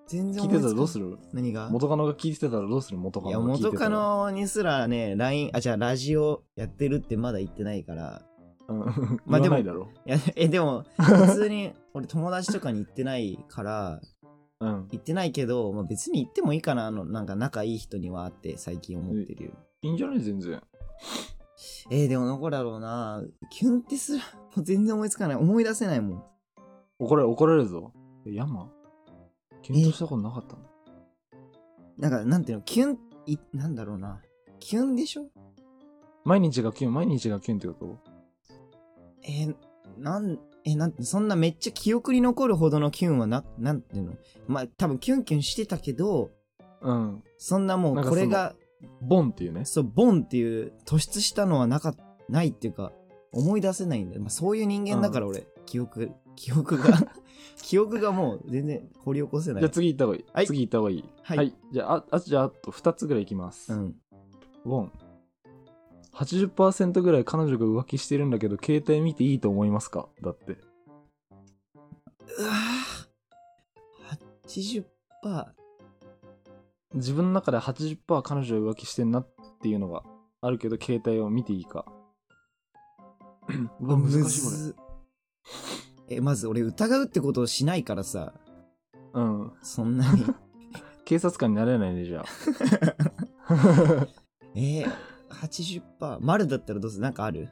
Speaker 4: 全然
Speaker 3: 聞い
Speaker 4: 思いつから
Speaker 3: てた
Speaker 4: ない。
Speaker 3: どうする
Speaker 4: 何が
Speaker 3: 元カノが聞いてたらどうする元カ
Speaker 4: いや、
Speaker 3: ノが聞いて
Speaker 4: 元
Speaker 3: た
Speaker 4: カ
Speaker 3: ら。
Speaker 4: ノにすらね、LINE、あ、じゃあラジオやってるってまだ言ってないから。
Speaker 3: 元カノ。
Speaker 4: まあ
Speaker 3: まあ
Speaker 4: で
Speaker 3: で
Speaker 4: も
Speaker 3: も。言わないだろ。
Speaker 4: いや、え、でも、普通
Speaker 3: <laughs>
Speaker 4: に、俺友達とかに言ってないから、
Speaker 3: うん。
Speaker 4: 言ってないけど、まあ、別に言ってもいいかな、あの、なんか仲いい人にはって最近思ってるよ。
Speaker 3: いいんじゃない全然。
Speaker 4: えー、でもどこだろうなキュンってすら、もう全然思いつかない。思い出せないもん。
Speaker 3: 怒られ、怒られるぞ。えヤマ検討したことなかったの
Speaker 4: なんか、なんていうの、キュン、い、なんだろうな。キュンでしょ
Speaker 3: 毎日がキュン、毎日がキュンってこ
Speaker 4: えーなん、えーなんて、そんなめっちゃ記憶に残るほどのキュンはな、なんていうの。まあ、多分キュンキュンしてたけど、
Speaker 3: とうん。
Speaker 4: そんなも
Speaker 3: な
Speaker 4: うん
Speaker 3: か
Speaker 4: これが、
Speaker 3: ボンっていうね。
Speaker 4: そう、ボンっていう突出したのはなか、ないっていうか、思い出せないんだよ。まあ、そういう人間だから俺、記憶、記憶が、 <laughs> 記憶がもう全然掘り起こせな
Speaker 3: じゃあ
Speaker 4: い。
Speaker 3: 次行った方がいい。
Speaker 4: はい
Speaker 3: 次行った方がいい。
Speaker 4: はい
Speaker 3: じゃあ、ああじゃあ、あと2つぐらい行きます。
Speaker 4: うん。
Speaker 3: ボン。80%ぐらい彼女が浮気してるんだけど、携帯見ていいと思いますかだって。
Speaker 4: うわぁ。80%。
Speaker 3: 自分の中で80%彼女は浮気してんなっていうのがあるけど、携帯を見ていい
Speaker 4: <laughs>
Speaker 3: か。うわ難しいこ
Speaker 4: むずえ、まず俺疑うってことをしないからさ、
Speaker 3: れ。うん。
Speaker 4: そん
Speaker 3: <laughs>
Speaker 4: なに。
Speaker 3: 警察官になれないね、じゃあ。
Speaker 4: えー、80%。丸だったらどうするなんかある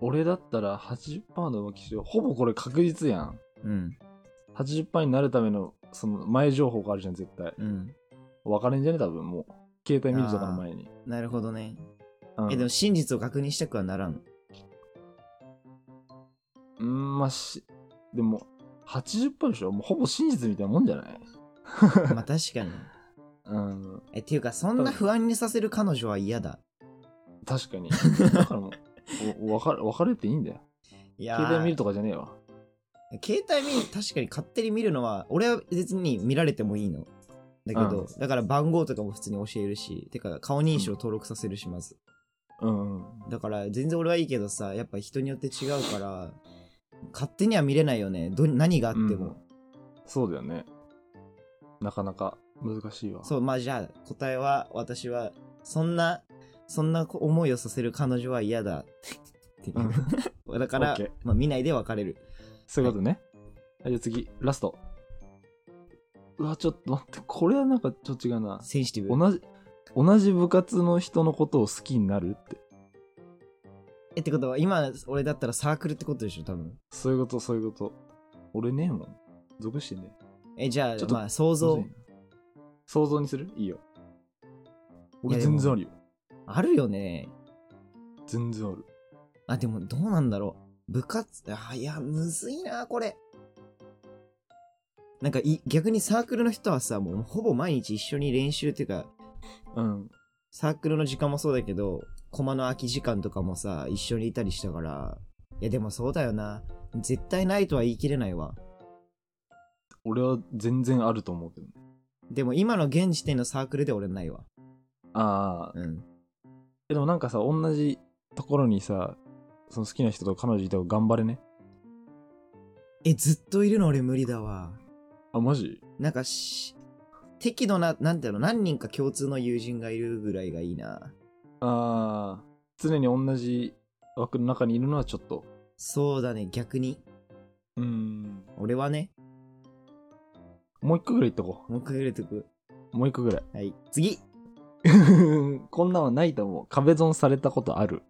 Speaker 3: 俺だったら80%の浮気しよう。ほぼこれ確実やん。
Speaker 4: うん。
Speaker 3: 80%になるための、その前情報があるじゃん、絶対。
Speaker 4: うん。
Speaker 3: 分かれんじゃね多分もう。携帯見るとかの前に。
Speaker 4: なるほどね。
Speaker 3: うん
Speaker 4: え、でも真実を確認したくはなら
Speaker 3: <laughs>
Speaker 4: ん。
Speaker 3: うーん、まあし、でも、80%でしょもうほぼ真実みたいなもんじゃない
Speaker 4: まあ確かに。
Speaker 3: うん、
Speaker 4: え、っていうか、そんな不安にさせる彼女は嫌だ。
Speaker 3: 確かに。だからもう、 <laughs> お別れ別れていいんだよ。
Speaker 4: いやー
Speaker 3: 携帯見るとかじゃねえわ。
Speaker 4: 携帯見る、確かに勝手に見るのは、俺は別に見られてもいいの。だけど、だから番号とかも普通に教えるし、てか顔認証登録させるし、まず。
Speaker 3: うんうん。
Speaker 4: だから全然俺はいいけどさやっぱ人によって違うから勝手には見れないよねど何があっても、
Speaker 3: そうだよね。なかなか難しいわ。
Speaker 4: そうまあじゃあ答えは私はそんなそんな思いをさせる彼女は嫌だっていう
Speaker 3: う
Speaker 4: <laughs>
Speaker 3: ん。
Speaker 4: だから、
Speaker 3: OK
Speaker 4: まあ、見ないで別れる
Speaker 3: そういうことね。はい、じゃあ次、ラスト。うわ、ちょっと待って、これはなんかちょっと違うな。
Speaker 4: センシティブ
Speaker 3: 同じ、同じ部活の人のことを好きになるって。
Speaker 4: えってことは今俺だったらサークルってことでしょ多分
Speaker 3: そういうこと、そういうこと。俺ねえもん。属してねえ。
Speaker 4: えじゃ
Speaker 3: ちょ
Speaker 4: あ
Speaker 3: っと
Speaker 4: まあ想像
Speaker 3: 想像にするいいよ。俺
Speaker 4: いやでも
Speaker 3: 全然あるよ。
Speaker 4: あるよね
Speaker 3: 全然ある。
Speaker 4: あでもどうなんだろう部活あいやむずいなこれなんかい逆にサークルの人はさ、もうほぼ毎日一緒に練習っていうか、
Speaker 3: うん。
Speaker 4: サークルの時間もそうだけど、コマの空き時間とかもさ、一緒にいたりしたから、いやでもそうだよな。絶対ないとは言い切れないわ。
Speaker 3: 俺は全然あると思うけどね。
Speaker 4: でも今の現時点のサークルで俺ないわ。
Speaker 3: ああ、
Speaker 4: うん。
Speaker 3: えでもなんかさ、同じところにさ、その好きな人と彼女いたら頑張れね。
Speaker 4: え、ずっといるの俺無理だわ。
Speaker 3: あ、マジ
Speaker 4: なんかし、適度な、なんていうの、何人か共通の友人がいるぐらいがいいな。
Speaker 3: ああ、常に同じ枠の中にいるのはちょっと。
Speaker 4: そうだね、逆に。
Speaker 3: うーん。
Speaker 4: 俺はね、
Speaker 3: もう一個ぐらいいっとこ
Speaker 4: もう一回入れてく。
Speaker 3: う。もう一個ぐ <laughs> らい。
Speaker 4: はい、次
Speaker 3: こんなんはないと思う。壁損されたことある。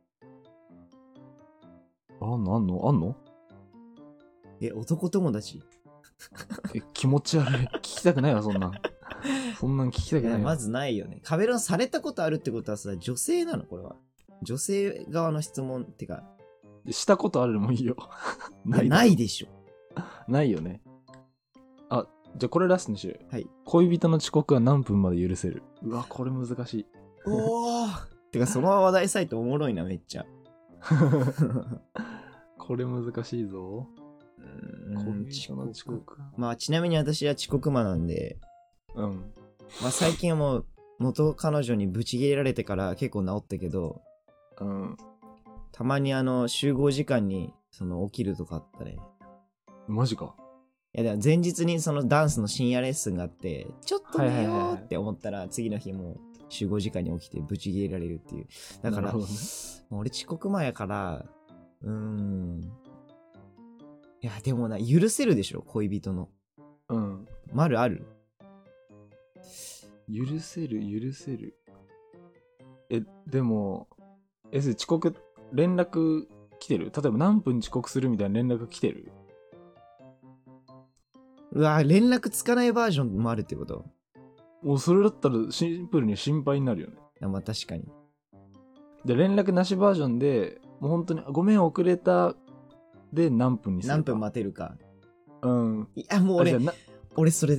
Speaker 3: あんのあんのあんの
Speaker 4: え、男友達
Speaker 3: え、気持ち <laughs> 悪い。聞きたくないわ、そんなん。そんなん聞きた
Speaker 4: い
Speaker 3: くな
Speaker 4: や
Speaker 3: いわ。
Speaker 4: まずないよね。壁ドンされたことあるってことはさ、女性なのこれは。女性側の質問ってか、
Speaker 3: したことあるのもいいよ。
Speaker 4: な
Speaker 3: ない
Speaker 4: ないでしょ。
Speaker 3: ないよね。あ、じゃあこれラストにしよう。
Speaker 4: はい
Speaker 3: 恋人の遅刻は何分まで許せるうわ、これ難しい。
Speaker 4: おー <laughs> てか、その話題サイトおもろいな、めっちゃ。
Speaker 3: これ難しいぞ。
Speaker 4: う
Speaker 3: 恋
Speaker 4: ーん
Speaker 3: 人の遅。刻。
Speaker 4: まあ、ちなみに私は遅刻魔なんで、
Speaker 3: うん。
Speaker 4: まあ、最近はもう、元彼女にブチ切れられてから結構治ったけど、
Speaker 3: うん。
Speaker 4: たまにあの、集合時間に、その、起きるとかあったね。
Speaker 3: マジか。
Speaker 4: いや、でも前日にそのダンスの深夜レッスンがあって、ちょっと寝
Speaker 3: はいはい
Speaker 4: よ
Speaker 3: は
Speaker 4: う
Speaker 3: いはい
Speaker 4: って思ったら、次の日もう集合時間に起きてブチ切れられるっていう。だか
Speaker 3: な
Speaker 4: ら、
Speaker 3: るほ
Speaker 4: も
Speaker 3: どね
Speaker 4: う俺遅刻前やから、うーん。いや、でもな、許せるでしょ、恋人の。
Speaker 3: うん。
Speaker 4: 丸ある
Speaker 3: 許せる、許せる。え、でも、え、それ遅刻、連絡来てる例えば何分遅刻するみたいな連絡来てる
Speaker 4: うわ、連絡つかないバージョンもあるってこと
Speaker 3: もうそれだったらシンプルに心配になるよね。
Speaker 4: あまあ確かに。
Speaker 3: で、連絡なしバージョンで、もう本当に、あごめん遅れた、で何分にする
Speaker 4: 何分
Speaker 3: ま
Speaker 4: 待てるか。
Speaker 3: うん。
Speaker 4: いや、もう
Speaker 3: あじ
Speaker 4: 俺
Speaker 3: ゃあ、な
Speaker 4: 俺それ、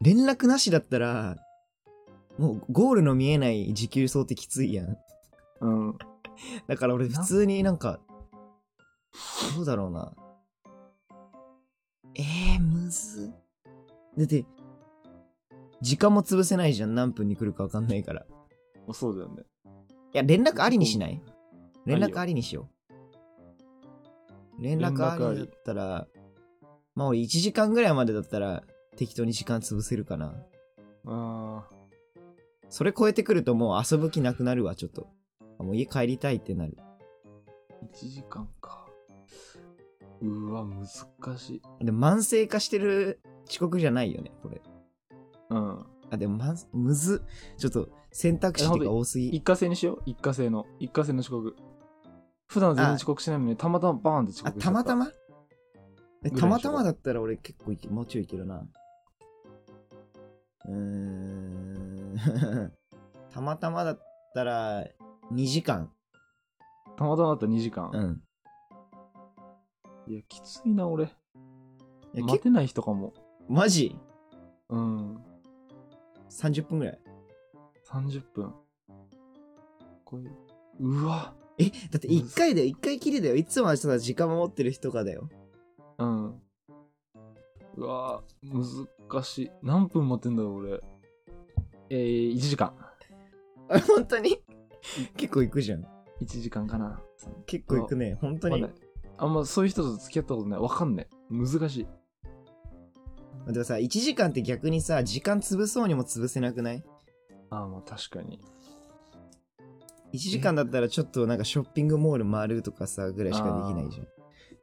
Speaker 4: 連絡なしだったら、もうゴールの見えない持久走ってきついやん。
Speaker 3: うん。
Speaker 4: だから俺普通になんか、どうだろうな。えー、むずっ。だって、時間も潰せないじゃん。何分に来るか分かんないから。い
Speaker 3: そうだよね。
Speaker 4: や、連絡ありにしない連
Speaker 3: ないよ
Speaker 4: 絡ありにしよう。連絡ありだったら、まあ俺1時間ぐらいまでだったら適当に時間潰せるかな。
Speaker 3: あ
Speaker 4: それ超えてくるともう遊ぶ気なくなるわ、ちょっと。あもう家帰りたいってなる。
Speaker 3: ー、1時間か。うわ、難しい。
Speaker 4: で、慢性化してる遅刻じゃないよね、これ。
Speaker 3: うん。
Speaker 4: あ、でも、まず、むずっ。ちょっと、選択肢が多すぎ。
Speaker 3: 一過性にしよう。一過性の。一過性の遅刻。普段全然遅刻しないのに、たまたまバーンって遅
Speaker 4: あ、
Speaker 3: 刻しち
Speaker 4: た
Speaker 3: ゃ
Speaker 4: ま
Speaker 3: った。
Speaker 4: たまえ
Speaker 3: ぐらいでしょ
Speaker 4: たまたまだったら俺結構いけ、もうちょいいけるな。うーん。 <laughs> たまたまだったら、2時間。
Speaker 3: たまたまだったら2時間。
Speaker 4: うん。
Speaker 3: いや、きついな、俺。
Speaker 4: いや、
Speaker 3: 待
Speaker 4: 結構、
Speaker 3: てない人かも。
Speaker 4: マジ
Speaker 3: うん。
Speaker 4: ?30 分ぐらい。
Speaker 3: 30分。これ、うわ。
Speaker 4: え、だって1回だよ、1回きりだよ。いつもはさ、時間守ってる人かだよ。 <laughs>
Speaker 3: うん。うわぁ、難しい。何分待ってんだろう、俺。えー、1時間。
Speaker 4: あ本当に結構行くじゃん。
Speaker 3: 1時間かな。
Speaker 4: 結構行くね。本当に。
Speaker 3: まだあんまそういう人と付き合ったことない。わかんねえ。難しい。
Speaker 4: でもさ、1時間って逆にさ、時間潰そうにも潰せなくない
Speaker 3: ああ、まあ確かに。
Speaker 4: 1時間だったらちょっとなんかショッピングモール回るとかさぐらいしかできないじゃ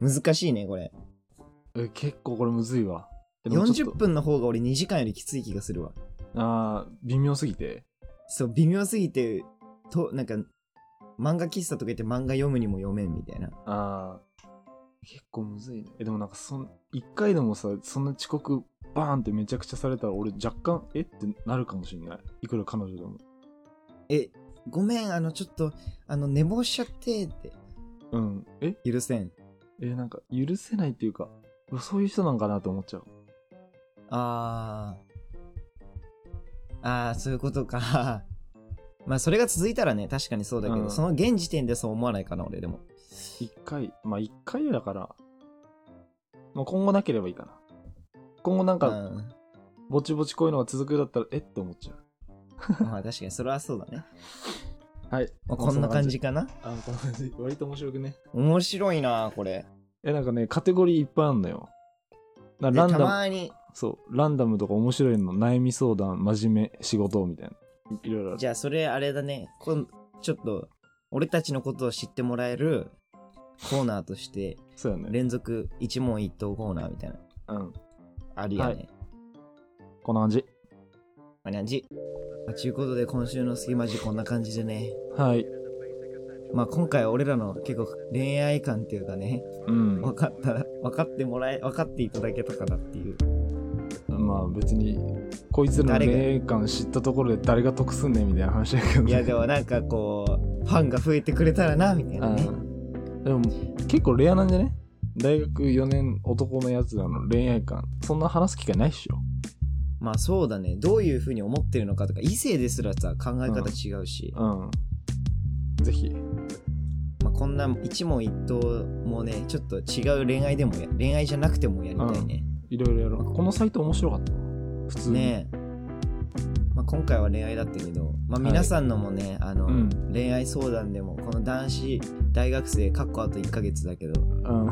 Speaker 4: ん難しいねこれ
Speaker 3: え結構これむずいわ。でもちょっ
Speaker 4: 40
Speaker 3: と。
Speaker 4: 分の方が俺2時間よりきつい気がするわ
Speaker 3: ああ、微妙すぎて。
Speaker 4: そう微妙すぎてとなんか漫画喫茶とか言って漫画読むにも読めんみたいな
Speaker 3: ああ、結構むずいね。え、でもなんかそん、一回でもさ、そんな遅刻バーンってめちゃくちゃされたら俺若干、えってなるかもしれない。いくら彼女でも。
Speaker 4: えごめんあのちょっとあの寝坊しちゃってって
Speaker 3: うん。え
Speaker 4: 許せん
Speaker 3: えなんか許せないっていうか、うわそういう人なんかなと思っちゃう。
Speaker 4: あーあーそういうことか <laughs> まあそれが続いたらね確かにそうだけど、
Speaker 3: うん
Speaker 4: その現時点でそう思わないかな俺でも
Speaker 3: 一回、まあ一回だから、まあ今後なければいいかな。今後なん
Speaker 4: う
Speaker 3: か、
Speaker 4: ん
Speaker 3: ぼちぼちこういうのが続くようだったら、えって思っちゃう。
Speaker 4: まあ確かにそれはそうだね、
Speaker 3: はい。
Speaker 4: まあ、こんな感じ。かな
Speaker 3: あ、こんな感じ。割と面白くね。
Speaker 4: 面白いなこれ
Speaker 3: え、なんかね、カテゴリーいっぱいあんのよ。な
Speaker 4: で
Speaker 3: ラン
Speaker 4: た
Speaker 3: ダム、
Speaker 4: まに
Speaker 3: そう、ランダムとか面白いの、悩み相談、真面目、仕事みたいな。いいろいろある
Speaker 4: じゃあそれあれだねこんちょっと俺たちのことを知ってもらえるコーナーとして
Speaker 3: そうやね。
Speaker 4: 連続一問一答コーナーみたいな
Speaker 3: うん。
Speaker 4: ありやね、
Speaker 3: はいこんな感じ。
Speaker 4: まあねじまあちゅうことで今週の隙間時こんな感じでね
Speaker 3: はい。
Speaker 4: まあ今回は俺らの結構恋愛観っていうかね
Speaker 3: うん。
Speaker 4: 分かった分かってもらえ分かっていただけたかなっていう
Speaker 3: まあ別に、こいつらの恋愛観知ったところで誰が得すんねんみたいな話だけど <laughs>
Speaker 4: いやでもなんかこうファンが増えてくれたらなみたいなね
Speaker 3: うんでも結構レアなんじゃね大学4年男のやつらの恋愛観そんな話す機会ないっしょ
Speaker 4: まあそうだねどういうふうに思ってるのかとか異性ですらさ考え方違うし、
Speaker 3: うんぜひ
Speaker 4: まあ、こんな一問一答もねちょっと違う恋愛でもや恋愛じゃなくてもやりたいね、
Speaker 3: いろいろやろうこのサイト面白かった普通に
Speaker 4: ねえ、まあ、今回は恋愛だったけど、まあ、
Speaker 3: はい
Speaker 4: 皆さんのもね、あの
Speaker 3: うん
Speaker 4: 恋愛相談でもこの男子大学生かっこあと1ヶ月だけど
Speaker 3: うんうん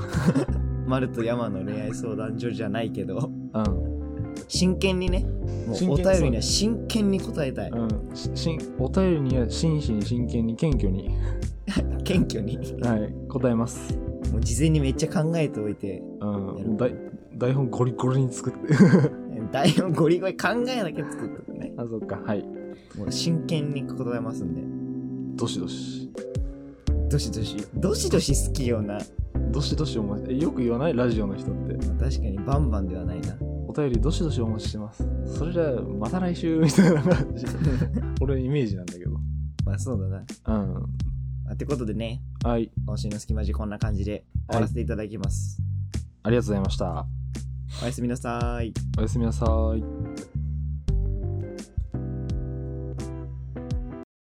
Speaker 4: 丸と山の恋愛相談所じゃないけど真剣にねもうお
Speaker 3: 真剣に
Speaker 4: 便りには真剣に答えたい、
Speaker 3: うんししんお便りには真摯に真剣に謙虚に、
Speaker 4: 謙虚に
Speaker 3: はい、答えます、
Speaker 4: もう事前にめっちゃ考えておいて
Speaker 3: うん、だい台本ゴリゴリに作って <laughs>
Speaker 4: 台本ゴリゴリ考えだけ作っとくね
Speaker 3: あそっかはい
Speaker 4: もう真剣に答えますんで
Speaker 3: どしどし
Speaker 4: どしどしどしどし好きような、ま
Speaker 3: どしどしお待ちえよく言わないラジオの人って
Speaker 4: あ確かにバンバンではないな
Speaker 3: お便りどしどしお待ちしてます。それじゃあ、また来週 <laughs> みたいな感じ。俺のイメージなんだけど。
Speaker 4: まあそうだな
Speaker 3: うん。
Speaker 4: あってことでね
Speaker 3: はい。
Speaker 4: 今週の隙間時こんな感じで終わらせていただきます、
Speaker 3: ありがとうございました。
Speaker 4: おやすみなさーい
Speaker 3: おやすみなさい。